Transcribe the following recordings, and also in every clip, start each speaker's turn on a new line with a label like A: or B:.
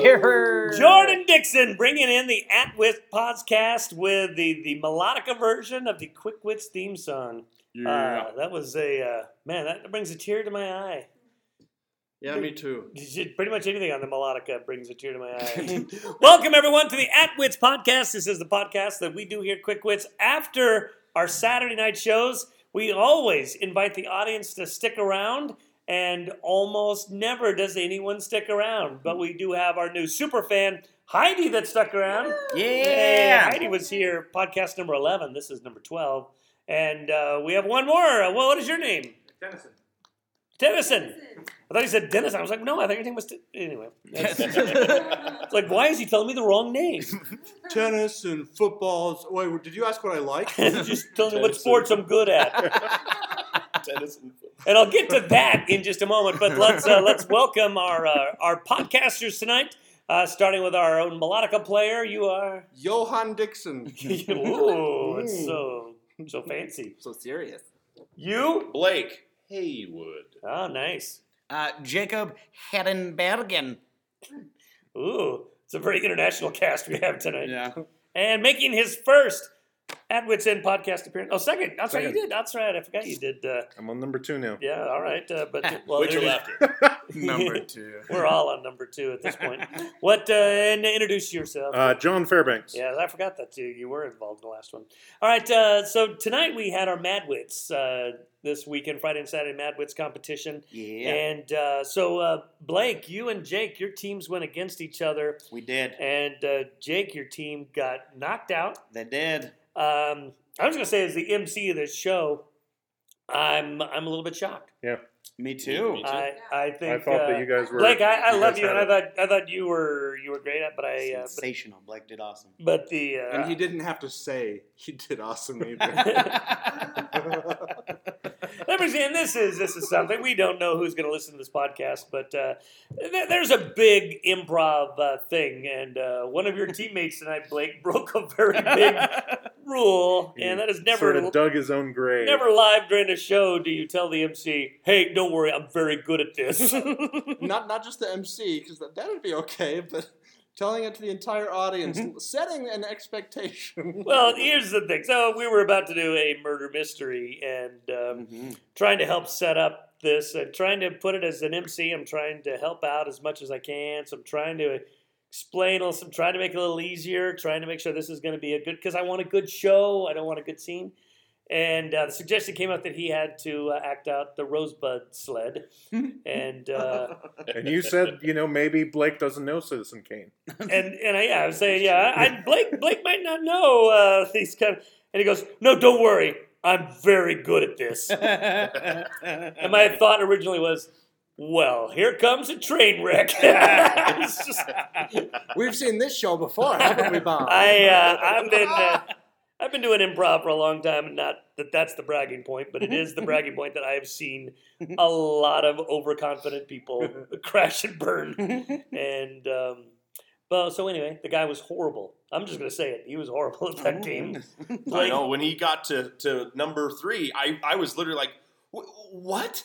A: Error.
B: Jordan Dixon bringing in the At With podcast with the, the melodica version of the Quick Wits theme song. Uh, that was a, uh, man, that brings a tear to my eye.
A: yeah, me too.
B: Pretty much anything on the melodica brings a tear to my eye. Welcome, everyone, to the At Wits podcast. This is the podcast that we do here at Quick Wits after our Saturday night shows. We always invite the audience to stick around, and almost never does anyone stick around. But we do have our new super fan, Heidi, that stuck around. Hey,
A: Yeah.
B: Heidi was here, podcast number 11. This is number 12. And uh, we have one more. Well, what is your name?
C: Tennyson.
B: Tennyson. I thought he said Dennis. I was like, no, I thought your name was. T-. Anyway. That's- it's like, why is he telling me the wrong name?
D: tennis and footballs. Wait, did you ask what I like?
B: Just tell me what sports I'm good at.
C: Tennyson.
B: And I'll get to that in just a moment. But let's uh, let's welcome our uh, our podcasters tonight. Uh, starting with our own melodica player, you are.
D: Johan Dixon.
B: Ooh, it's so so fancy.
E: So serious.
B: You?
C: Blake Haywood.
B: Oh, nice.
A: Uh, Jacob Herrenbergen.
B: Ooh, it's a very international cast we have tonight.
A: Yeah.
B: And making his first at Wits End podcast appearance. Oh, second. That's right, you
D: Second.
B: did. That's right. I forgot you did. Uh,
D: I'm on number two now.
B: yeah, all right. Uh, but well,
C: Which
B: there
C: are
B: it is.
C: left.
A: Number two.
B: We're all on number two at this point. What? Uh, and introduce yourself.
D: Uh, John Fairbanks.
B: yeah, I forgot that too. You were involved in the last one. All right. Uh, so tonight we had our Mad Wits uh, this weekend, Friday and Saturday Mad Wits competition.
A: Yeah.
B: And uh, so uh, Blake, you and Jake, your teams went against each other,
A: we did.
B: and uh, Jake, your team got knocked out.
A: They did.
B: Um, I was gonna say, as the MC of this show, I'm I'm a little bit shocked.
A: Me
C: me
A: too.
C: too.
B: I I think
D: I thought
B: uh,
D: that you guys were.
B: Blake, I, I
D: you
B: love
D: guys
B: you,
D: had
B: and I
D: it.
B: thought I thought you were you were great at, but I uh, but,
A: Sensational. Blake did awesome.
B: but the uh,
D: And he didn't have to say he did awesome either.
B: Let me see, and this is this is something we don't know who's going to listen to this podcast, but uh, th- there's a big improv uh, thing, and uh, one of your teammates tonight, Blake, broke a very big rule, and that is never
D: sort of dug his own grave.
B: never live during a show. Do you tell the MC, "Hey, don't worry, I'm very good at this"?
D: not not just the MC, because that, that would be okay, but telling it to the entire audience, setting an expectation.
B: Mm-hmm. well, here's the thing. So we were about to do a murder mystery, and um, trying to help set up this uh, trying to put it as an mc i'm trying to help out as much as i can so i'm trying to explain also i'm trying to make it a little easier trying to make sure this is going to be a good because i want a good show i don't want a good scene and uh, the suggestion came out that he had to uh, act out the rosebud sled and uh,
F: And you said, you know, maybe Blake doesn't know Citizen Kane.
B: and and I, yeah, I was saying yeah I, I blake blake might not know uh, these kind of and he goes no don't worry i'm very good at this And
A: Am
B: my thought originally was, well, here comes a train wreck. It's just-
D: We've seen this show before, haven't we, Bob?
B: I, uh, I've been, uh, I've been doing improv for a long time, and not that that's the bragging point, but it is the bragging point that I have seen a lot of overconfident people crash and burn. And, um, well, so anyway, the guy was horrible. I'm just gonna say it. He was horrible at that game.
C: I
B: Blake-
C: know. When he got to, to number three, I, I was literally like, "Wh- what?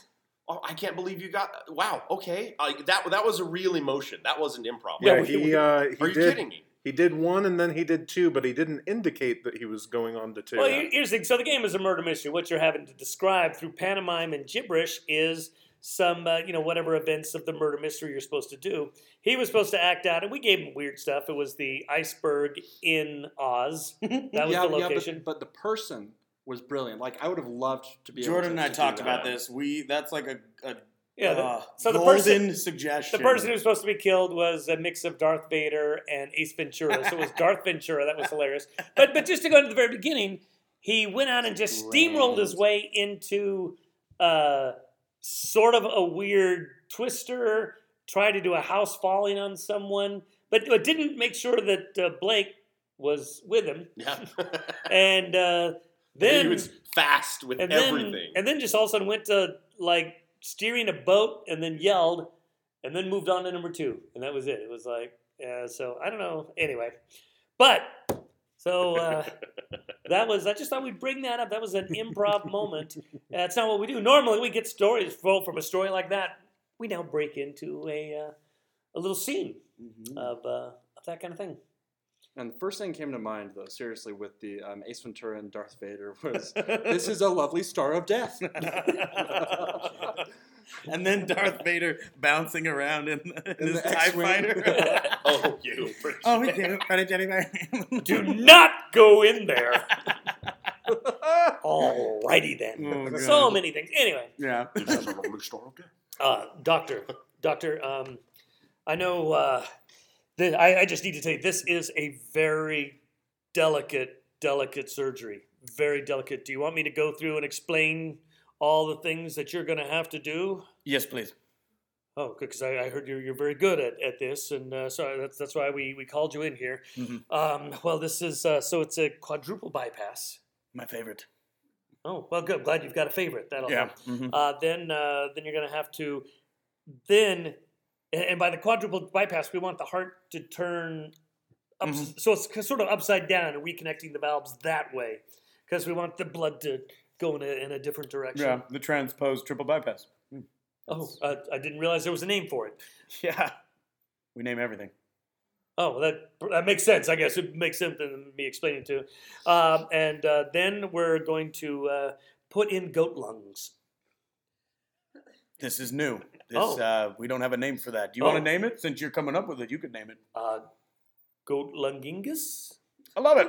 C: Oh, I can't believe you got. Wow. Okay. Like that that was a real emotion. That wasn't improv.
B: Yeah,
F: Yeah,
B: we-
F: he uh, he
C: Are you
F: did
C: kidding me?
F: he did one and then he did two, but he didn't indicate that he was going on to two.
B: Well, here- here's the thing. So the game is a murder mystery. What you're having to describe through pantomime and gibberish is some, uh, you know, whatever events of the murder mystery you're supposed to do. He was supposed to act out, and we gave him weird stuff. It was the iceberg in Oz. That was
D: yeah,
B: the
D: yeah, but-
B: location.
D: but, the person was brilliant. Like, I would have loved to be
A: Jordan and
D: able to,
A: I
D: to do
A: talked
D: that.
A: about this. We that's like a, a
B: yeah. the-
A: uh,
B: so the
A: golden
B: person-
A: suggestion.
B: the person who was supposed to be killed was a mix of Darth Vader and Ace Ventura. So it was Darth Ventura. That was hilarious. But but just to go to the very beginning, he went out and just steamrolled his way into uh, sort of a weird twister. Tried to do a house falling on someone, but but didn't make sure that uh, Blake was with him.
C: Yeah.
B: And uh,
C: he
B: then
C: was fast with
B: and
C: everything.
B: Then, and then just all of a sudden went to like steering a boat and then yelled and then moved on to number two. And that was it. It was like, uh, so I don't know. Anyway, but so uh, that was, I just thought we'd bring that up. That was an improv moment. That's not what we do. Normally we get stories full from a story like that. We now break into a, uh, a little scene.
A: Mhm.
B: of, uh, of that kind of thing.
D: And the first thing that came to mind, though, seriously, with the um, Ace Ventura and Darth Vader was, "This is a lovely star of death."
A: and then Darth Vader bouncing around in, in
D: In
A: his
D: the
A: TIE
D: X-Wing.
A: fighter.
C: Oh, you.
A: oh, we do. Friday, Jennifer.
B: Do not go in there. Alrighty
A: Oh,
B: then.
A: God.
B: so many things. Anyway,
A: Yeah.
B: uh, doctor, doctor, um, I know. Uh, th- I, I just need to tell you, this is a very delicate, delicate surgery. Very delicate. Do you want me to go through and explain all the things that you're going to have to do?
A: Yes, please.
B: Oh, good, because I, I heard you're, you're very good at, at this, and uh, so that's, that's why we, we called you in here.
A: Mhm.
B: Um, well, this is uh, so it's a quadruple bypass.
A: My favorite.
B: Oh, well, good. Glad you've got a favorite. That'll
A: Yeah.
B: help.
A: Mhm.
B: Uh, then uh, then you're going to have to then, and, and by the quadruple bypass, we want the heart to turn up,
A: Mhm.
B: so it's c- sort of upside down and reconnecting the valves that way, because we want the blood to go in a, in a different direction.
A: Yeah, the transposed triple bypass.
B: Oh, uh, I didn't realize there was a name for it.
A: Yeah. We name everything.
B: Oh, well, that that makes sense. I guess it makes sense than me explaining it to. you. Um, and uh, then we're going to uh, put in goat lungs.
A: This is new. This
B: Oh.
A: uh, we don't have a name for that. Do you
B: Oh.
A: want to name it? Since you're coming up with it, you could name it.
B: Uh, goat lungingus.
A: I love it.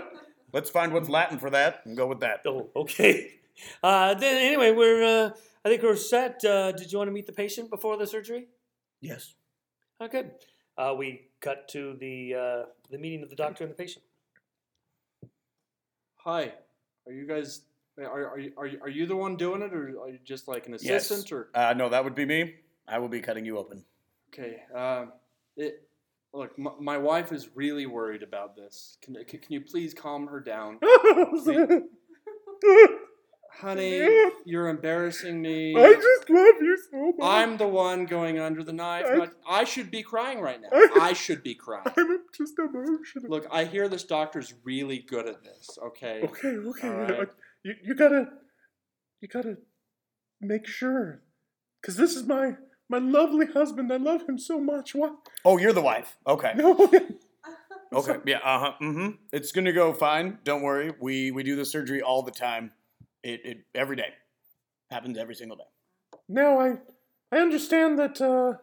A: Let's find what's Latin for that and go with that.
B: Oh, okay. Uh, then anyway, we're. Uh, I think we're set. Uh, did you want to meet the patient before the surgery?
A: Yes.
B: Oh, good. Uh, we cut to the uh, the meeting of the doctor and the patient.
D: Hi, are you guys? Are are you, are you, are you the one doing it, or are you just like an
A: Yes.
D: assistant? Or
A: Uh, no, that would be me. I will be cutting you open.
D: okay, um, it. Look, my, my wife is really worried about this. Can, can, can you please calm her down, honey? You're embarrassing me.
F: I just love you so much.
D: I'm the one going under the knife.
F: I-
D: not- I, should be crying right now.
F: I-
D: I should be crying.
F: I'm just emotional.
D: Look, I hear this doctor's really good at this. Okay.
F: Okay, okay.
D: All right.
F: I- you, you gotta, you gotta make sure, because this is my my lovely husband. I love him so much. Oh, What?
A: Oh, you're the wife. Okay.
F: No.
A: Okay. Yeah. Uh huh. Mm-hmm. It's gonna go fine. Don't worry. We we do the surgery all the time. It it every day. Happens every single day.
F: Now I, I understand that uh,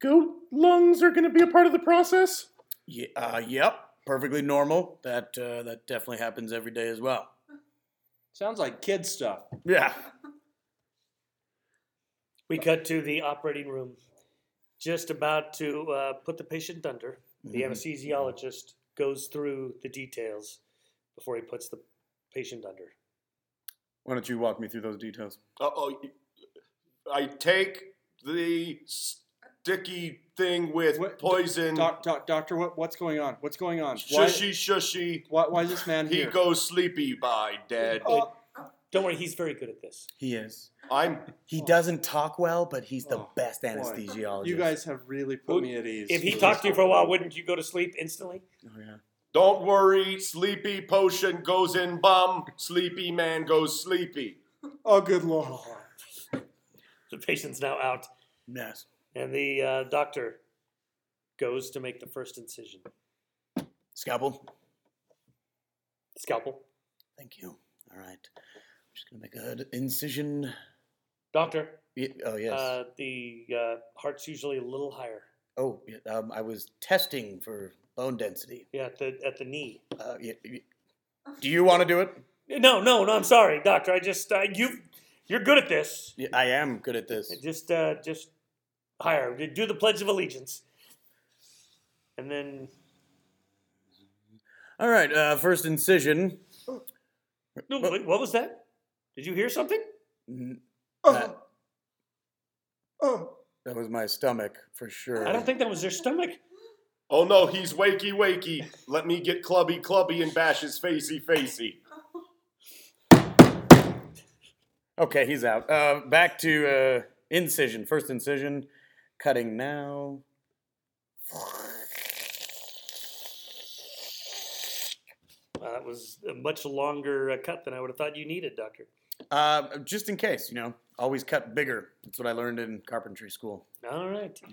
F: goat lungs are gonna be a part of the process.
A: Yeah. Uh, yep. Perfectly normal. That uh, that definitely happens every day as well.
D: Sounds like kid stuff.
A: Yeah.
B: We cut to the operating room, just about to uh, put the patient under. The
A: Mhm.
B: anesthesiologist goes through the details before he puts the patient under.
A: Why don't you walk me through those details?
C: Uh oh. I take the sticky thing with
D: What-
C: poison.
D: Doc, doc, doctor, what, what's going on? What's going on? Why,
C: shushy, shushy.
D: why, why is this man
C: He
D: here?
C: goes sleepy by dead.
D: Oh,
B: Don't worry, he's very good at this.
A: He is.
C: I'm.
A: He doesn't talk well, but he's the
D: Oh,
A: best anesthesiologist.
D: anesthesiologist. you guys have really put
B: Well,
D: me at ease.
B: If he
D: with
B: talked to
D: this.
B: you for a while, wouldn't you go to sleep instantly?
A: Oh, yeah.
C: Don't worry. Sleepy potion goes in bum. Sleepy man goes sleepy.
D: Oh, good lord.
B: The patient's now out,
A: Yes.
B: and the uh, doctor goes to make the first incision.
A: Scalpel.
B: Scalpel.
A: Thank you. All right. I'm just gonna make a good incision.
B: Doctor,
A: Ye- Oh yes.
B: uh, the uh, heart's usually a little higher.
A: oh, yeah, um, I was testing for bone density.
B: Yeah, at the, at the knee.
A: Uh, y y-
D: Oh.
A: do you want to do it?
B: No, no, no. I'm sorry, doctor. I just uh, you, you're good at this.
A: Yeah, I am good at this.
B: Just, uh, just hire. Do the Pledge of Allegiance, and then
A: All right. Uh, first incision.
B: no, wait, what was that? Did you hear something?
A: N-
D: Oh,
A: That,
D: oh.
A: that was my stomach for sure.
B: I don't think that was your stomach.
C: Oh no, he's wakey wakey. Let me get clubby clubby and bash his facey facey.
A: Okay, he's out. Uh, back to uh, incision. First incision. Cutting now.
B: Well, that was a much longer uh, cut than I would have thought you needed, doctor.
A: Uh, just in case, you know, always cut bigger. That's what I learned in carpentry school.
B: All right.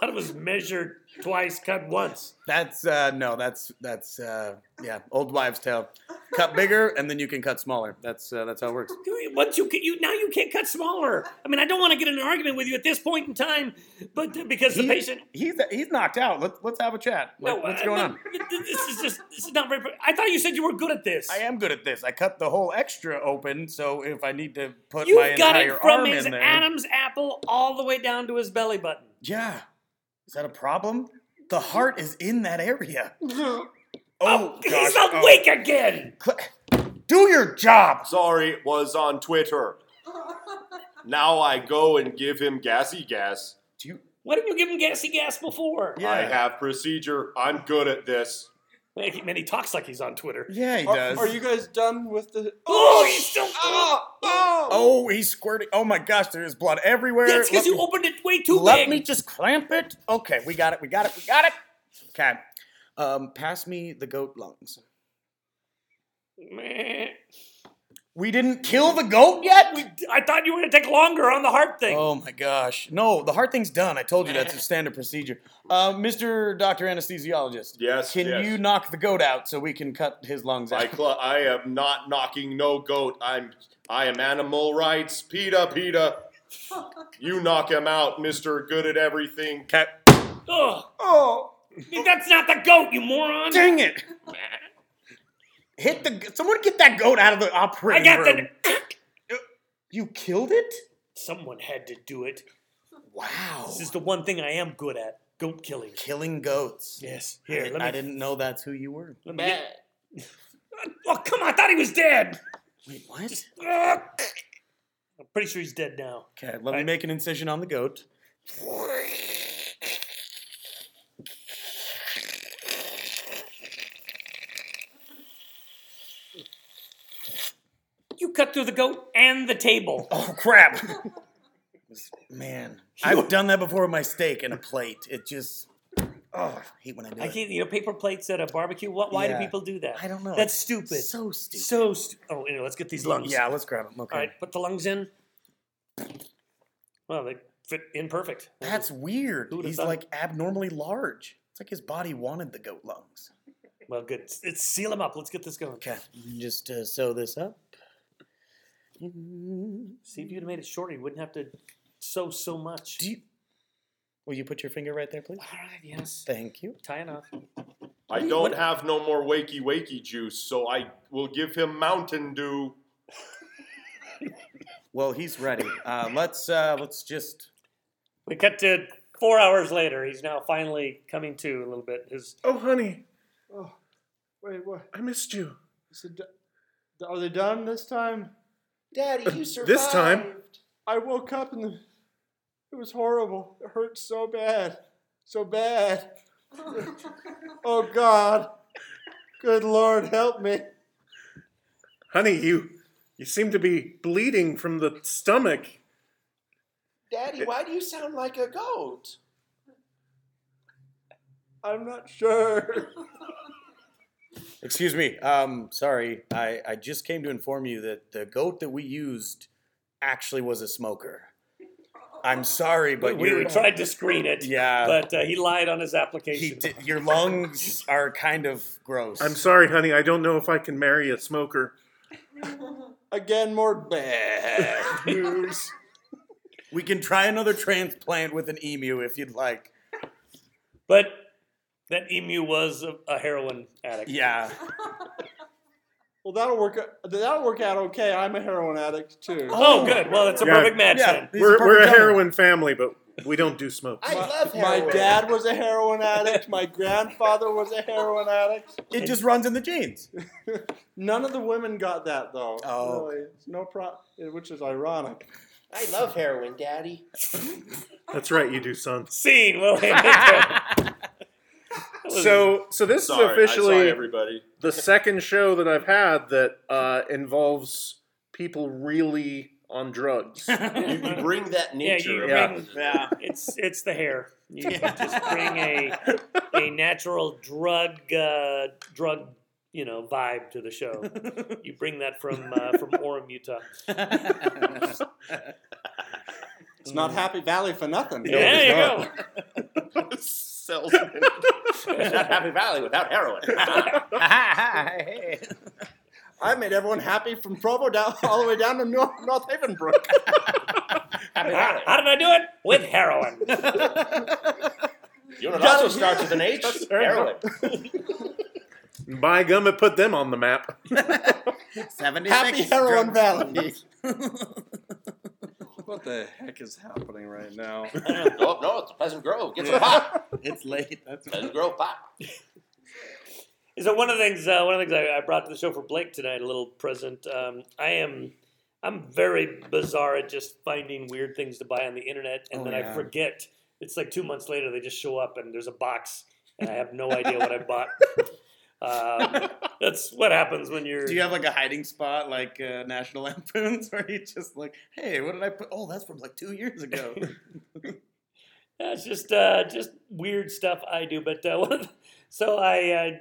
B: thought it was measured twice, cut once.
A: That's uh, no, that's that's uh, yeah, old wives' tale. Cut bigger, and then you can cut smaller. That's uh, that's how it works.
B: You- Once you, can, you now you can't cut smaller. I mean, I don't want to get in an argument with you at this point in time, but uh, because the
A: He-
B: patient. uh,
A: He's he's knocked out. Let's let's have a chat. Like, what's
B: I-
A: going
B: but-
A: on?
B: but This is just this is not very. I thought you said you were good at this.
A: I am good at this. I cut the whole extra open, so if I need to put my
B: You've got
A: entire
B: it from
A: arm
B: his
A: in there,
B: Adam's apple all the way down to his belly button.
A: yeah, is that a problem? The heart is in that area. Oh,
B: He's
A: gosh.
B: not
A: Oh.
B: weak again.
A: Cl- Do your job.
C: Sorry, was on Twitter. Now I go and give him gassy gas.
A: Do you,
B: Why didn't you give him gassy gas before?
A: Yeah.
C: I have procedure. I'm good at this.
B: Man, he talks like he's on Twitter.
A: yeah, he
D: Are,
A: does.
D: are you guys done with the?
B: Oh, he's still.
D: Ah! Oh!
A: oh, he's squirting. Oh my gosh, there is blood everywhere.
B: That's because
A: Let
B: you
A: me-
B: opened it way too
A: Let
B: big.
A: me just clamp it. Okay, we got it. We got it. We got it. Okay. Um, pass me the goat lungs.
B: Meh.
A: We didn't kill the goat yet. We.
B: I thought you were going to take longer on the heart thing.
A: Oh my gosh! No, the hard thing's done. I told you that's a standard procedure. Uh, Mr. Doctor Anesthesiologist.
C: Yes,
A: Can
C: yes.
A: you knock the goat out so we can cut his lungs
C: I
A: out?
C: cl- I am not knocking no goat. I'm I am animal rights. PETA PETA. You knock him out, Mister. Good at everything.
A: Okay.
B: Ugh.
D: Oh!
B: That's not the goat, you moron.
A: Dang it! Hit the. g- Someone get that goat out of the
B: I
A: operating
B: got
A: room.
B: the.
A: You killed it?
B: Someone had to do it.
A: Wow.
B: This is the one thing I am good at goat killing.
A: Killing goats.
B: Yes.
A: I,
B: Here,
A: di-
B: let me.
A: I didn't know that's who you were.
B: Let me get- oh, come on. I thought he was dead.
A: Wait, what?
B: Ugh. I'm pretty sure he's dead now.
A: Okay, let me make an incision on the goat.
B: You cut through the goat and the table.
A: Oh crap! Man, I've done that before with my steak and a plate. It just, oh, I hate when I do
B: I
A: it.
B: can't, you know, paper plates at a barbecue. What? Why
A: Yeah.
B: do people do that?
A: I don't know.
B: That's
A: It's
B: stupid. So
A: So stupid.
B: stupid. oh, anyway, let's get these lungs.
A: Yeah, let's grab them. Okay.
B: All right, put the lungs in. Well, they fit in perfect.
A: That's weird.
B: Who would've
A: He's
B: thought?
A: like abnormally large. It's like his body wanted the goat lungs.
B: well, good. It's, it's seal them up. Let's get this going.
A: Okay, just uh, sew this up.
B: See if you'd have made it shorter, you wouldn't have to sew so much.
A: Do you, will you put your finger right there, please?
B: All right, yes.
A: Thank you.
B: Tie enough.
C: I don't have no more wakey wakey juice, so I will give him Mountain Dew.
A: Well, he's ready. Uh, let's uh, let's just.
B: We cut to four hours later. He's now finally coming to a little bit. His
F: Oh, honey,
D: Oh. Wait, what?
F: I missed you.
D: Is it do- are they done this time? Daddy, you survived.
F: This time?
D: I woke up and the, it was horrible. It hurt so bad. So bad. oh, God. Good Lord, help me.
F: Honey, you you seem to be bleeding from the stomach.
E: Daddy, why do you sound like a goat?
D: I'm not sure.
A: Excuse me. Um, sorry, I, I just came to inform you that the goat that we used actually was a smoker. I'm sorry, but
B: we,
A: your-
B: we tried to screen it,
A: Yeah,
B: but uh, he lied on his
A: he
B: application.
A: did, your lungs are kind of gross.
F: I'm sorry, honey. I don't know if I can marry a smoker.
D: Again, more bad news.
A: We can try another transplant with an emu if you'd like.
B: But that emu was a, a heroin addict.
A: Yeah.
D: Well, that'll work. That'll work out okay. I'm a heroin addict too.
B: Oh, good. Well, it's a
F: Yeah.
B: perfect match
A: Yeah.
B: then.
A: he's
F: we're we're a
A: perfect gentleman.
F: heroin family, but we don't do smoke.
E: I love
D: My
E: heroin.
D: dad was a heroin addict. My grandfather was a heroin addict.
A: It just runs in the genes.
D: None of the women got that though.
A: Oh.
D: Really, it's no pro- which is ironic.
E: I love heroin, Daddy.
F: That's right, you do, son.
B: Scene. Well, that was-
F: So so this is
C: Sorry,
F: officially
C: I saw everybody.
F: the second show that I've had that uh, involves people really on drugs.
C: You, you bring that
B: yeah,
C: nature.
B: you
C: of-
F: Yeah.
B: bring,
A: Yeah.
B: it's it's the hair. You just bring a a natural drug uh, drug you know vibe to the show. You bring that from uh, from Orem, Utah.
D: It's not Happy Valley for nothing.
A: No,
B: there you
A: it's
B: go.
C: Salesman. it's not Happy Valley without heroin.
D: I made everyone happy from Provo down all the way down to North, North Havenbrook.
C: Happy
B: How,
C: Valley.
B: how did I do it? With heroin.
C: You know, it also starts with an H. heroin.
F: By gum, it put them on the map.
A: Seventy
D: happy Heroin Valley. what the heck is happening right now?
C: Go up north to Pleasant Grove. Get some pot.
A: It's late. That's
C: Pleasant Grove pot.
B: So one of the things, uh, one of the things I, I brought to the show for Blake tonight, a little present. Um, I am, I'm very bizarre at just finding weird things to buy on the internet, and
A: Oh,
B: then I
A: yeah.
B: forget. It's like two months later, they just show up, and there's a box, and I have no idea what I bought. Um, that's what happens when you're.
A: Do you have like a hiding spot like uh, National Lampoons where you just like, hey, what did I put? Oh, that's from like two years ago.
B: Yeah, it's just uh, just weird stuff I do. But uh, one of the- so I, uh,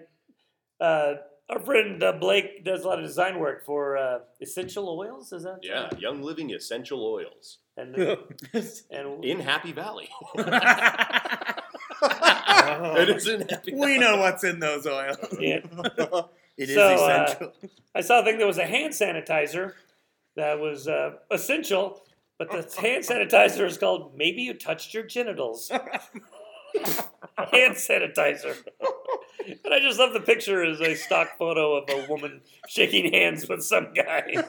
B: uh, our friend uh, Blake does a lot of design work for uh, essential oils. Is that
C: Yeah, Young Living Essential Oils
B: And and
C: in Happy Valley. it
A: Oh.
C: is in Happy Valley.
A: we know what's in those oils.
B: yeah,
A: It is
B: So, uh,
A: essential.
B: I saw a thing that was a hand sanitizer that was uh, essential, but the hand sanitizer is called "Maybe You Touched Your Genitals." hand sanitizer. And I just love the picture as a stock photo of a woman shaking hands with some guy.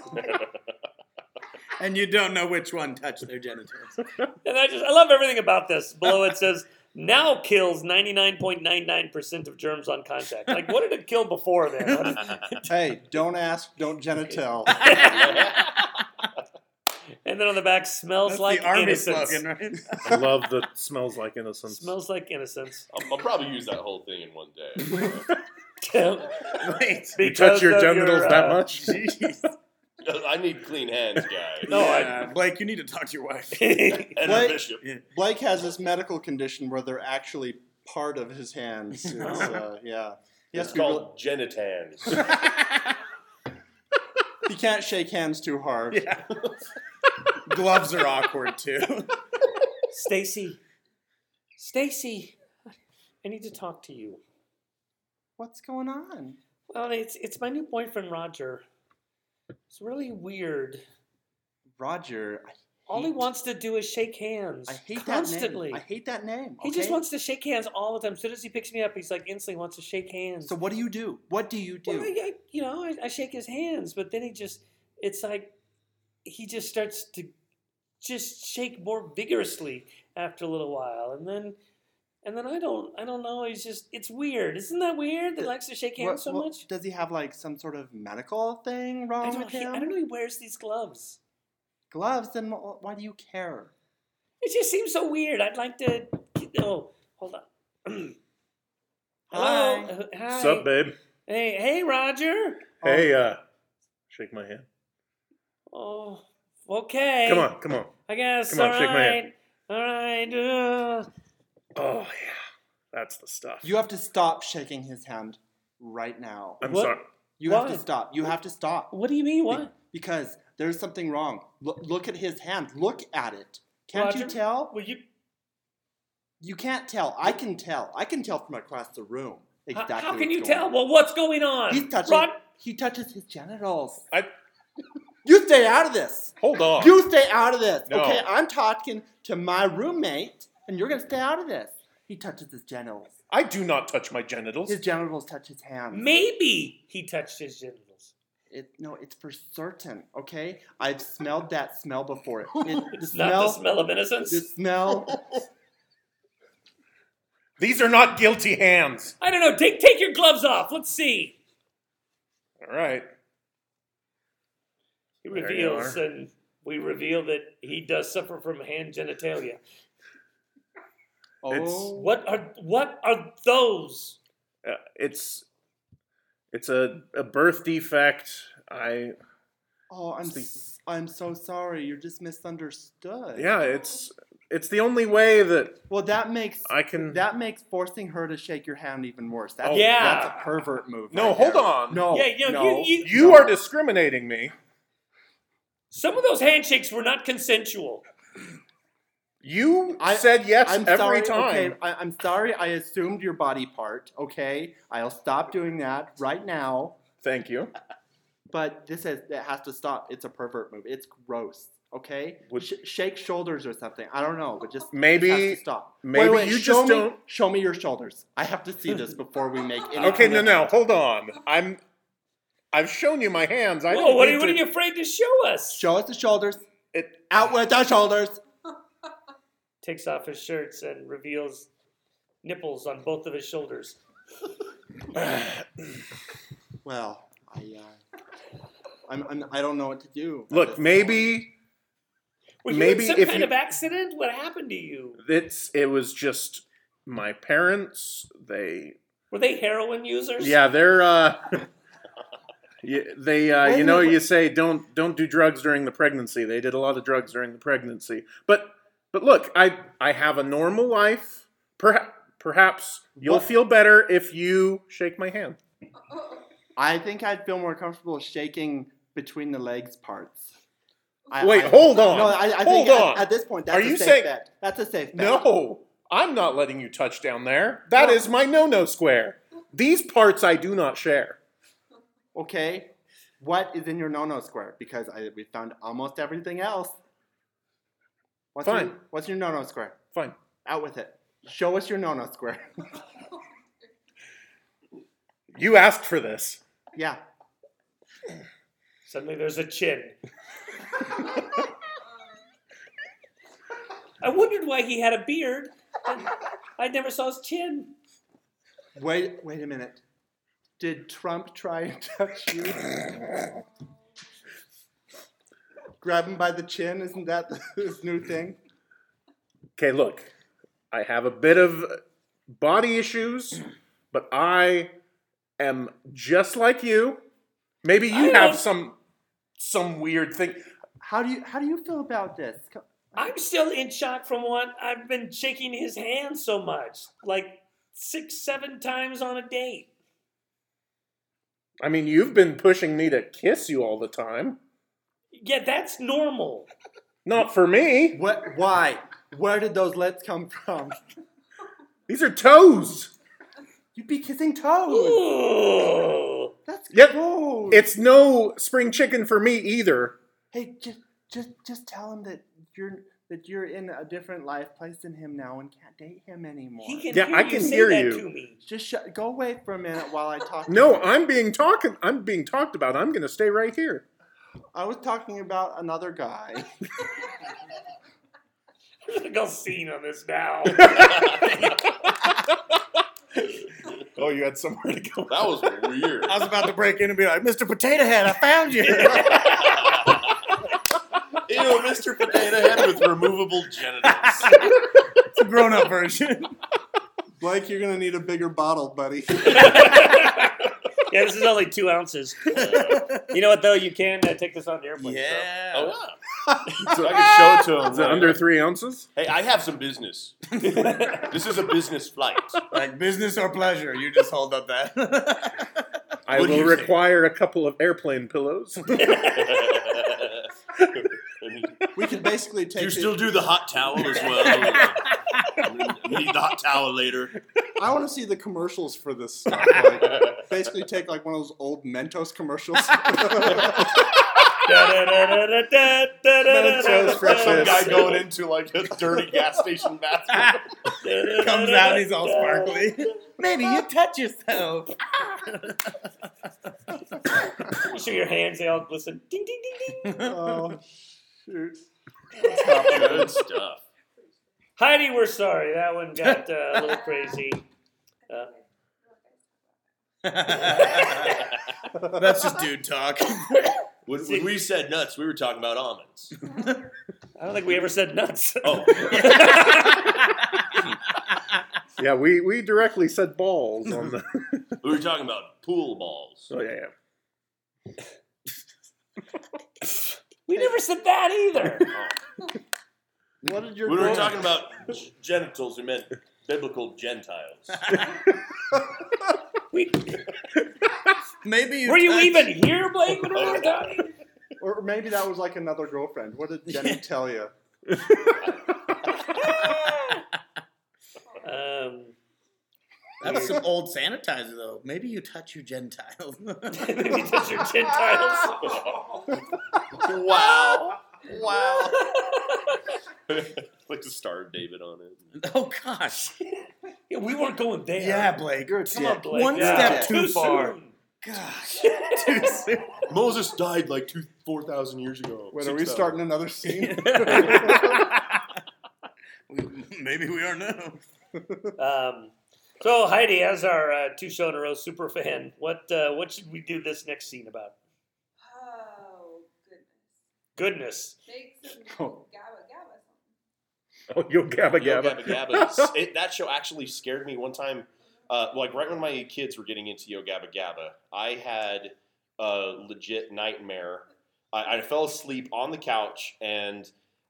A: and you don't know which one touched their genitals.
B: And I just I love everything about this. Below it says now kills 99.99% of germs on contact. Like what did it kill before then? What did-
D: hey, don't ask, don't genital.
B: And then on the back smells
A: That's
B: like
A: the army
B: innocence.
A: slogan, right?
F: I love the smells like innocence.
B: Smells like innocence.
C: I'll, I'll probably use that whole thing in one day.
A: Wait.
F: you touch
B: Because
F: your
B: of
F: genitals
B: your,
F: that
B: uh,
F: much?
A: Jeez.
C: I need clean hands, guys.
B: No, I-
A: Yeah, Blake, you need to talk to your wife.
C: And
D: Wait.
C: a bishop.
D: Blake has this medical condition where they're actually part of his hands. It's, uh, yeah. He, has
C: It's
D: to be real-
C: called genitans.
D: he can't shake hands too hard.
A: Yeah. Gloves are awkward too.
B: Stacy. Stacy. I need to talk to you.
D: What's going on?
B: Well, it's it's my new boyfriend Roger. It's really weird.
D: Roger,
B: All he wants to do is shake hands
D: I, I hate
B: constantly.
D: that name. I hate that name.
B: He just
D: okay?
B: wants to shake hands all the time. As soon as he picks me up, he's like instantly wants to shake hands.
D: So what do you do? What do you do?
B: Well, I, I, you know, I, I shake his hands, but then he just, it's like he just starts to just shake more vigorously after a little while. And then, and then I don't, I don't know. He's just, it's weird. Isn't that weird that he likes to shake hands
D: What-
B: so
D: what-
B: much?
D: Does he have like some sort of medical thing
B: I
D: wrong
B: don't,
D: with
B: he,
D: him?
B: I don't know. He wears these gloves.
D: Gloves? Then wh- why do you care?
B: It just seems so weird. I'd like to, oh, hold on.
D: Hi.
B: Hello. uh, Hi.
F: Sup, babe?
B: Hey, hey, Roger.
F: Hey, uh, shake my hand.
B: Oh, okay.
F: Come on, come on.
B: I guess.
F: Come on,
B: all
F: shake my hand.
B: right. All right. uh,
F: Oh, yeah. That's the stuff.
D: You have to stop shaking his hand right now.
F: I'm
B: What?
F: sorry.
D: You have
B: Why?
D: to stop. You have to stop.
B: what do you mean? What?
D: Because there's something wrong. Look, look at his hand. Look at it. Can't you
B: Roger?
D: tell?
B: Well, you.
D: You can't tell. I can tell. I can tell from across the room.
B: how-
D: Exactly.
B: how can
D: what's
B: you
D: going
B: tell?
D: on.
B: Well, what's going on?
D: He's touching.
B: Rod-
D: He touches his genitals.
F: I-
D: you stay out of this.
F: Hold
B: Oh.
F: on.
D: You stay out of this.
F: No.
D: Okay, I'm talking to my roommate, and you're gonna stay out of this. He touches his genitals.
F: I do not touch my genitals.
D: His genitals touch his hand.
B: maybe he touched his genitals.
D: It, no, it's for certain. Okay, I've smelled that smell before. It, the
B: Not
D: smell.
B: the smell of innocence.
D: the smell.
F: These are not guilty hands.
B: I don't know. Take take your gloves off. Let's see.
F: All right.
B: He
F: There you
B: reveals,
F: are.
B: and we reveal that he does suffer from hand genitalia.
F: It's-
D: oh,
B: What are what are those?
F: Uh, it's it's a, a birth defect. I
D: Oh, I'm.
F: Speak.
D: s- I'm so sorry. You're just misunderstood.
F: yeah. It's it's the only way that
D: Well, that makes
F: I can.
D: that makes forcing her to shake your hand even worse. That's,
F: Oh,
B: Yeah.
D: that's a pervert move.
F: no,
D: right
F: hold
D: there.
F: on.
D: No,
B: yeah, you know,
D: no.
B: you, you,
F: You are discriminating me.
B: some of those handshakes were not consensual.
F: You
A: I-
F: said yes
A: I'm
F: every
A: sorry,
F: time.
A: Okay, I, I'm sorry. I assumed your body part. Okay, I'll stop doing that right now.
F: Thank you.
A: But this is it has to stop. It's a pervert move. It's gross. Okay,
F: Would-
A: Sh- shake shoulders or something. I don't know, but just
F: Maybe-
A: it has to stop.
F: maybe
A: wait, wait,
F: you
A: show
F: just
A: me,
F: don't-
A: show me your shoulders. I have to see this before we make any.
F: Okay, no,
A: commitment.
F: no, hold on. I'm. I've shown you my hands. I
B: Whoa,
F: don't
B: what
F: need
B: are,
F: to,
B: what are you afraid to show us?
A: Show us the shoulders.
F: It-
A: out with the shoulders.
B: Takes off his shirts and reveals nipples on both of his shoulders.
A: Well, I, uh, I'm, I'm, I don't know what to do. at
F: Look,
A: this
F: maybe
B: Were you
F: Maybe
B: in some
F: if
B: kind
F: you-
B: of accident? What happened to you?
F: it's it was just my parents. They
B: Were they heroin users?
F: yeah, they're. uh y- they uh,
A: Wait
F: you
A: a
F: know
A: minute,
F: you say don't don't do drugs during the pregnancy. They did a lot of drugs during the pregnancy. But but look, I I have a normal life. Perhaps perhaps you'll
A: What?
F: feel better if you shake my hand.
A: point. I think I'd feel more comfortable shaking between the legs parts. I-
F: Wait,
A: I-
F: hold on.
A: No, I, I
F: Hold
A: think at-
F: on.
A: At, this point, that's
F: Are
A: a
F: you
A: safe
F: saying-
A: bet. That's a safe bet.
F: No, I'm not letting you touch down there. That is my no-no square. These parts I do not share.
A: Okay. What is in your no-no square? Because I, we found almost everything else. What's Your,
F: Fine.
A: what's your no-no square?
F: Fine.
A: Out with it. Show us your no-no square.
F: You asked for this.
A: yeah.
B: Suddenly there's a chin. I wondered why he had a beard. and I never saw his chin.
A: Wait, wait a minute. Did Trump try and touch you? Grab him by the chin, isn't that his new thing?
F: Okay, look. I have a bit of body issues, but I am just like you. Maybe
B: I
F: you
B: don't-
F: have some some weird thing.
A: How do you how do you feel about this? Co-
B: I'm still in shock from what I've been shaking his hand so much, like six, seven times on a date.
F: I mean, you've been pushing me to kiss you all the time.
B: Yeah, that's normal.
F: Not for me.
A: What? Why? Where did those lips come from?
F: These are toes.
A: You'd be kissing toes.
B: Ooh.
A: That's
F: Yep.
A: gross.
F: It's no spring chicken for me either.
A: hey, just just just tell him that you're that you're in a different life place than him now and can't date him anymore.
B: He can
F: Yeah,
B: hear
F: I
B: you
F: can
B: say
F: hear
B: that
F: you.
B: to me.
A: just shut, go away for a minute while I talk. to
F: No,
A: him.
F: I'm being talking. I'm being talked about. I'm going to stay right here.
A: I was talking about another guy.
B: There's like a scene on this now.
F: Oh, you had somewhere to go.
C: That was weird.
G: I was about to break in and be like, Mr. Potato Head, I found you.
C: Ew, Mr. Potato Head with removable genitals.
G: it's a grown up version.
A: Blake, you're gonna need a bigger bottle, buddy.
B: yeah, this is only two ounces. Uh, you know what though? You can uh, take this on the airplane. so-
C: Oh, wow. so I can show it to him.
F: Is it under three ounces?
C: hey, I have some business. this is a business flight.
G: Like business or pleasure, you just hold up that.
F: I
C: What do
F: will
C: you think?
F: require a couple of airplane pillows.
A: We could basically take.
C: do you
A: the-
C: still do the hot towel as well? I need the hot towel later.
A: I want to see the commercials for this stuff. Like, basically, take like one of those old Mentos commercials.
B: Da-da-da-da-da-da-da-da-da-da-da-da.
A: Mentos fresh
C: Some guy
A: Yes.
C: going into like a dirty gas station bathroom.
G: Comes out, he's all sparkly. Maybe you touch yourself.
B: You show your hands, they all glisten. Ding, ding, ding, ding.
A: oh shoot!
C: Good stuff.
B: Heidi, we're sorry. That one got uh, a little crazy. Uh,
G: That's just dude talk.
C: When, when we said nuts, we were talking about almonds.
B: I don't think we ever said nuts.
C: Oh,
F: yeah, we, we directly said balls on the.
C: we were talking about pool balls.
F: Oh yeah, yeah.
B: we never said that either.
A: What did your
C: When we were
A: girl-
C: talking about g- genitals, we meant biblical Gentiles.
B: We,
G: Maybe you
B: were you
G: touch-
B: even here, Blake, when we were talking?
A: Or maybe that was like another girlfriend. What did Jenny tell you?
B: Um,
A: That's some old sanitizer, though. Maybe you touch your Gentile.
B: maybe touch your Gentiles.
C: wow. Wow. like to starve David on it.
A: oh, gosh.
B: yeah, we weren't going there.
A: Yeah, Blake.
E: You're a
B: Come on,
E: dick.
B: Blake.
A: One
B: Yeah.
A: step too far.
B: soon.
A: Gosh. Too soon.
C: Moses died like two, four thousand years ago.
D: Wait, are we
C: 6,000.
D: starting another scene?
A: We- Maybe we are now.
B: Um, so Heidi, as our uh, two show in a row super fan, what uh, what should we do this next scene about?
H: Oh,
B: Goodness.
H: goodness. Make some
D: Oh.
H: gabba gabba
F: Oh,
H: something.
F: yo, gabba
C: Yo,
F: gabba.
C: Gabba Gabba. it, that show actually scared me one time. Uh, like right when my kids were getting into Yo Gabba Gabba, I had a legit nightmare. I, I fell asleep on the couch and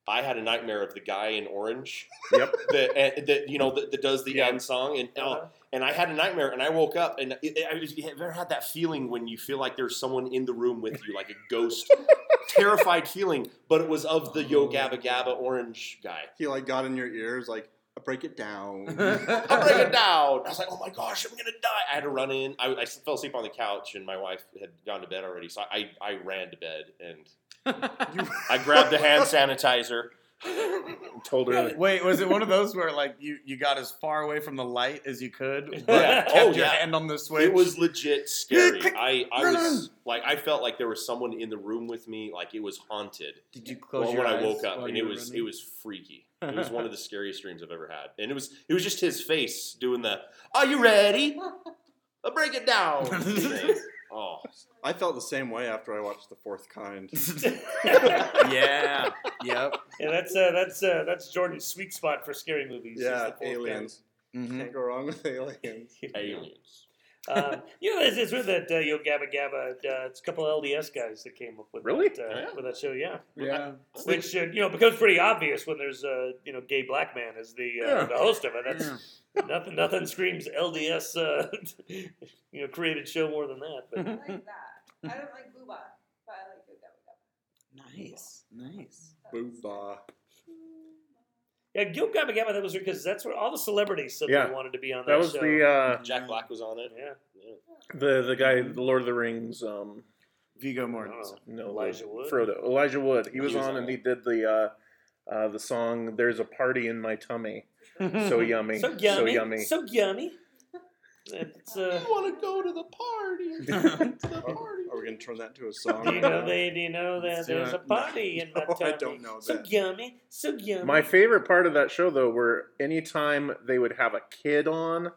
C: I had a nightmare of the guy in orange
F: Yep.
C: that, and- that you know that, that does the
B: Yeah.
C: end song and oh, and I had a nightmare and I woke up and it, I was, have you ever had that feeling when you feel like there's someone in the room with you like a ghost, terrified feeling, but it was of the Yo Gabba Gabba orange guy.
D: he like got in your ears, like break it down.
C: I'm breaking down. I was like, oh my gosh, I'm gonna die. I had to run in. I, I fell asleep on the couch, and my wife had gone to bed already, so I, I ran to bed and I grabbed the hand sanitizer.
F: Told her.
A: Wait, was it one of those where like you, you got as far away from the light as you could, but
B: Yeah.
A: kept
C: Oh,
A: your
C: yeah.
A: hand on the switch?
C: It was legit scary. I, I was like, I felt like there was someone in the room with me, like it was haunted.
A: Did you close
C: Well,
A: your
C: when I
A: eyes
C: woke up,
A: while
C: and
A: you
C: it
A: were
C: was
A: running?
C: it was freaky. It was one of the scariest dreams I've ever had, and it was it was just his face doing the "Are you ready? I'll break it down." thing. oh,
D: I felt the same way after I watched The Fourth Kind.
F: Mm-hmm.
A: yeah. Yep.
B: Yeah, that's uh, that's uh, that's Jordan's sweet spot for scary movies. is
D: yeah,
B: the fourth
D: aliens.
A: hmm
D: Can't go wrong with aliens.
C: aliens.
B: um, you know, it's, it's with that uh, Yo Gabba Gabba. Uh, it's a couple LDS guys that came up with
F: Really?
B: that, uh,
C: Yeah.
B: with that show. Yeah,
A: Yeah.
B: which uh, you know becomes pretty obvious when there's a you know gay black man as the uh,
F: Yeah.
B: the host of it. That's nothing. Nothing screams LDS. Uh, you know, created show more than that. But
H: I like that. I don't like booba, but I like good gabba gabba.
A: Nice. Nice.
D: Booba.
B: yeah, Yo Gabba Gabba. That was because that's where all the celebrities suddenly
F: Yeah.
B: wanted to be on that,
F: That was
B: show.
F: the uh,
C: Jack Black was on it.
B: yeah,
F: the the guy, the Lord of the Rings. Um,
A: Vigo
B: I don't
A: Mortensen.
B: know.
F: no, the-
B: Elijah Wood?
F: Frodo, Elijah Wood. He was,
C: He was
F: on,
C: on
F: and
C: it.
F: he did the uh, uh, the song "There's a Party in My Tummy." So yummy,
B: So yummy,
F: so yummy.
B: so yummy. It's uh,
C: want to go to the party? the party.
D: Are we gonna turn that to a song?
B: Do you know they? Do you know that
A: Let's do
B: there's
A: it.
B: a party in my
D: No, I
B: tummy?
D: don't know
B: So
D: that.
B: yummy, so yummy.
F: My favorite part of that show, though, were anytime they would have a kid on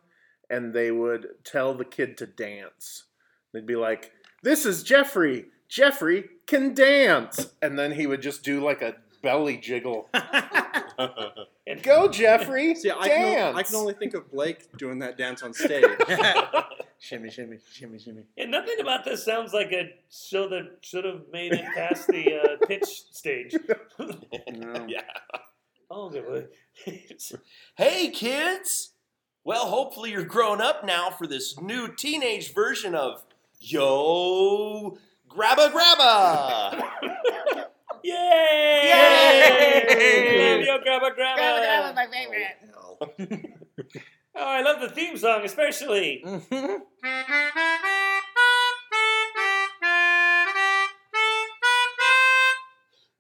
F: and they would tell the kid to dance. They'd be like, This is Jeffrey. Jeffrey can dance. And then he would just do like a belly jiggle.
B: and
F: Go, Jeffrey.
D: See, I can,
F: dance.
D: only, I can only think of Blake doing that dance on stage.
A: shimmy, shimmy, shimmy, shimmy.
B: and nothing about this sounds like a show that should have made it past the uh, pitch stage.
A: No.
C: Yeah.
B: Oh, good. boy. It's-
C: Hey, kids. Well, hopefully you're grown up now for this new teenage version of Yo Grabba Grabba.
B: Yay!
A: Yay!
B: Love you, grandma, grandma.
H: my favorite.
B: Oh, I love the theme song, especially.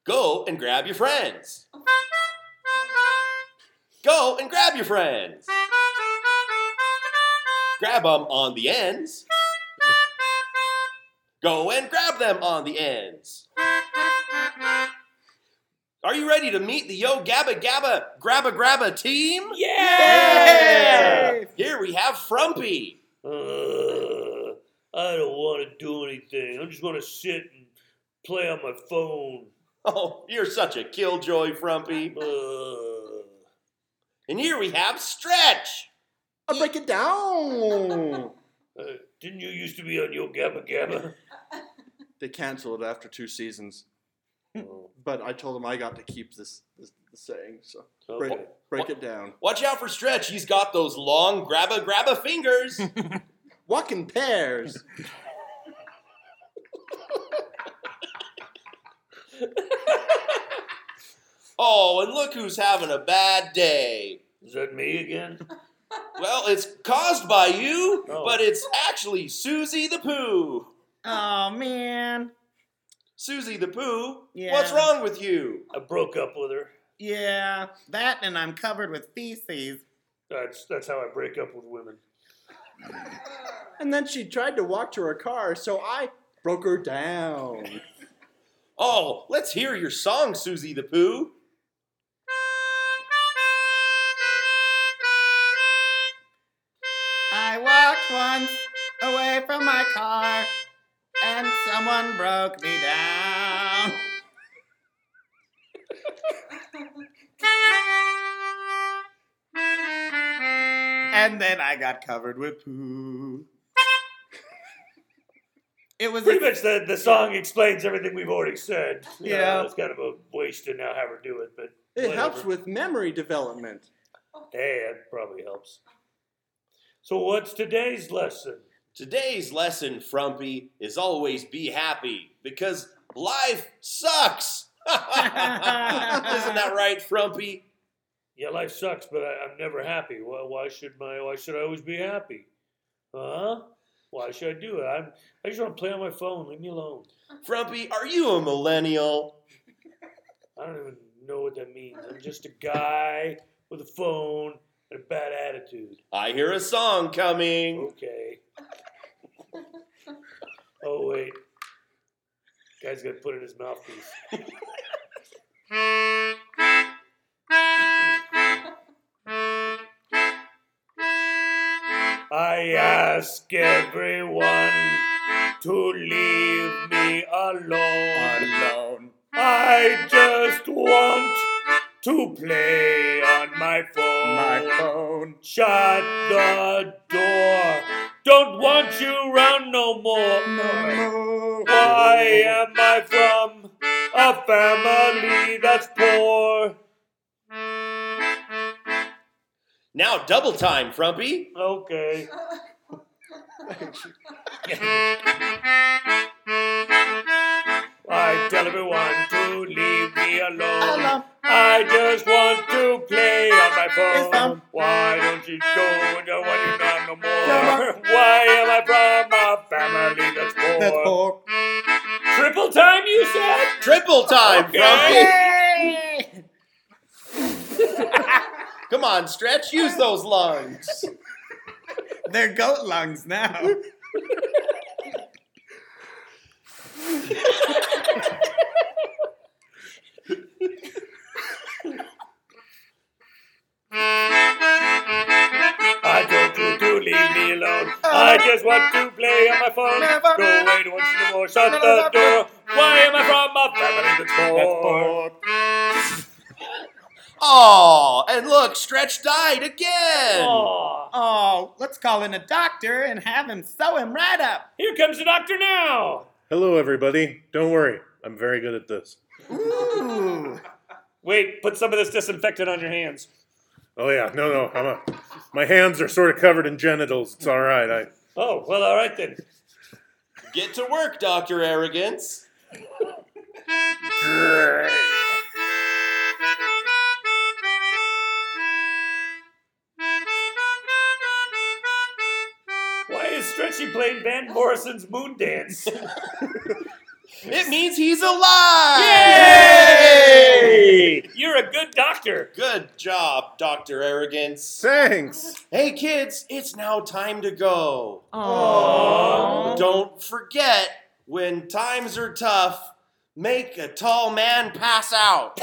C: Go and grab your friends. Go and grab your friends. Grab them on the ends. Go and grab them on the ends. Are you ready to meet the Yo Gabba Gabba Grabba Grabba team?
B: Yeah!
C: Here we have Frumpy.
B: Uh, I don't want to do anything. I just want to sit and play on my phone.
C: Oh, you're such a killjoy, Frumpy.
B: Uh,
C: And here we have Stretch.
D: I'll break it down.
B: uh, didn't you used to be on Yo Gabba Gabba?
D: They canceled it after two seasons, Hmm. Oh. but I told them I got to keep this, this, this saying. So break,
B: Okay.
D: break it down.
C: Watch out for Stretch. He's got those long grabba grabba fingers.
D: Walk in pairs.
C: Oh, and look who's having a bad day.
B: Is that me again?
C: Well, it's caused by you,
B: Oh.
C: but it's actually Susie the Pooh.
G: Oh man.
C: Susie the Pooh,
G: Yeah.
C: what's wrong with you?
B: I broke up with her.
G: Yeah, that and I'm covered with feces.
B: That's that's how I break up with women.
H: Oh.
D: And then she tried to walk to her car, so I broke her down.
C: Oh, let's hear your song, Susie the Pooh.
G: I walked once away from my car and someone broke me down. And then I got covered with poo. It was a
B: Pretty much the, the song explains everything we've already said. You know,
G: Yeah.
B: it's kind of a waste to now have her do it, but
D: It helps
B: whatever.
D: with memory development.
B: Hey, that probably helps. So what's today's lesson?
C: Today's lesson, Frumpy, is always be happy because life sucks. Isn't that right, Frumpy?
B: Yeah, life sucks, but I, I'm never happy. Why, why should my why should I always be happy? Huh? Why should I do it? I'm I just want to play on my phone. Leave me alone.
C: Frumpy, are you a millennial?
B: I don't even know what that means. I'm just a guy with a phone and a bad attitude.
C: I hear a song coming.
B: Okay. Oh wait. Guy's gonna put it in his mouthpiece. I ask everyone to leave me alone.
A: Alone.
B: I just want to play on my phone.
A: My phone.
B: Shut the door. Don't want you round no more. Why am I from a family that's poor?
C: Now double time, Frumpy.
B: Okay.
H: Oh.
B: I tell everyone to leave me alone. I just want to play on my phone. Why don't you go and don't want you not no more? Why am I from a family that's poor?
A: That's four.
B: Triple time, you said?
C: Triple time,
B: Okay.
C: Frumpy. Come on, stretch. Use those lungs.
G: They're goat lungs now.
B: I told you to leave me alone. I just want to play on my phone. Go away once no more. Shut the door. Why am I from a family that's poor?
C: Oh, and look, stretch died again.
B: Aw,
G: Oh, let's call in a doctor and have him sew him right up.
B: here comes the doctor now.
F: Hello, everybody. Don't worry, I'm very good at this.
G: Ooh.
B: Wait, put some of this disinfectant on your hands.
F: Oh yeah, no, no, I'm a, my hands are sort of covered in genitals. It's all right. I
B: Oh, well, all right then.
C: Get to work, Doctor Arrogance.
B: Why is Stretchy playing Van Morrison's Moon Dance?
C: It means he's alive.
B: Yay! You're a good doctor.
C: Good job, Doctor Arrogance.
F: thanks.
C: Hey kids, it's now time to go.
G: Aww.
C: Don't forget, when times are tough, make a tall man pass out.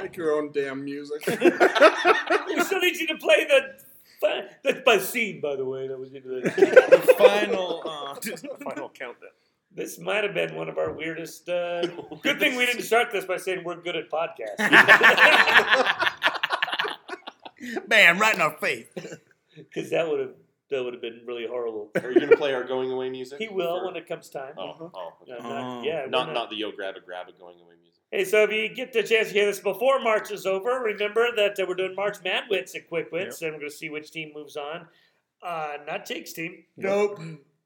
D: Make your own damn music.
B: We still need you to play the. That's by scene, by the way. That was into the.
D: the final. Uh,
F: Final countdown.
B: This might have been one of our weirdest. Uh, good thing we didn't start this by saying we're good at podcasts.
G: Bam, right in our face.
B: because that would have that would have been really horrible.
C: Are you gonna play our going away music?
B: He will
C: Or-
B: when it comes time.
C: Oh, oh, okay.
B: I'm not, yeah, we're
C: not, not the yo grab a grab a going away music.
B: Hey, so if you get the chance to hear this before March is over, remember that uh, we're doing March Mad Wits at Quick Wits, and we're going to see which team moves on. Uh, not Jake's team,
G: Nope.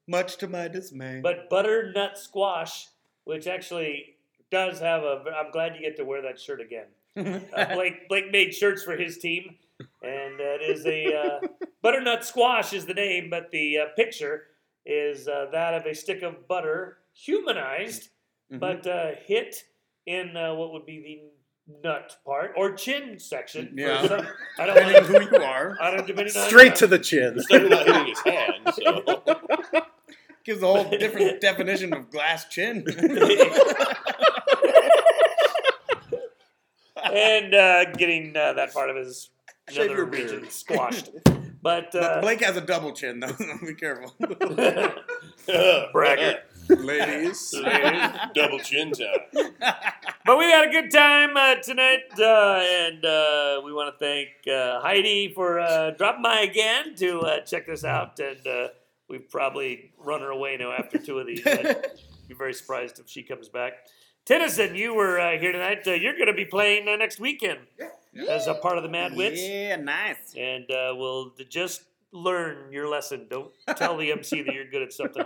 G: Much to my dismay.
B: but Butternut Squash, which actually does have a. I'm glad you get to wear that shirt again. Uh, Blake Blake made shirts for his team, and that is a uh, butternut squash is the name, but the uh, picture is uh, that of a stick of butter humanized,
A: Mm-hmm.
B: but uh, hit in uh, what would be the nut part or chin section. for
A: Yeah.
B: some- I don't
A: Depending
B: want to.
A: who you are,
B: I don't depending on-
F: Straight to the chin.
C: It's definitely not hitting his hand, so.
A: gives a whole different definition of glass chin.
B: and uh, getting uh, that part of his
A: Shave
B: nether
A: your beard.
B: region squashed. But,
A: But
B: uh,
A: Blake has a double chin, though. so Be careful,
B: braggart.
A: ladies.
C: Double chin time.
B: But we had a good time uh, tonight, uh, and uh, we want to thank uh, Heidi for uh, dropping by again to uh, check this out. And uh, we've probably run her away now after two of these. I'd be very surprised if she comes back. Tennyson, you were uh, here tonight. Uh, you're going to be playing uh, next weekend as a part of the Mad Wits.
G: Yeah, nice.
B: and uh, we'll d- just learn your lesson. Don't tell the MC that you're good at something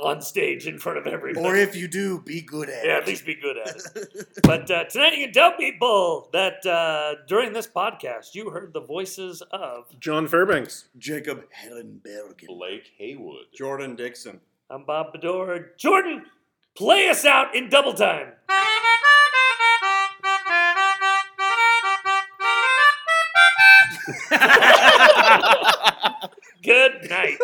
B: on stage in front of everybody.
A: Or if you do, be good at
B: yeah,
A: it.
B: at least be good at it. But uh, tonight you can tell people that uh, during this podcast you heard the voices of
F: John Fairbanks.
A: Jacob Hellenbergen.
C: Blake Haywood.
D: Jordan Dixon.
B: I'm Bob Bedore. Jordan, play us out in double time. Good night.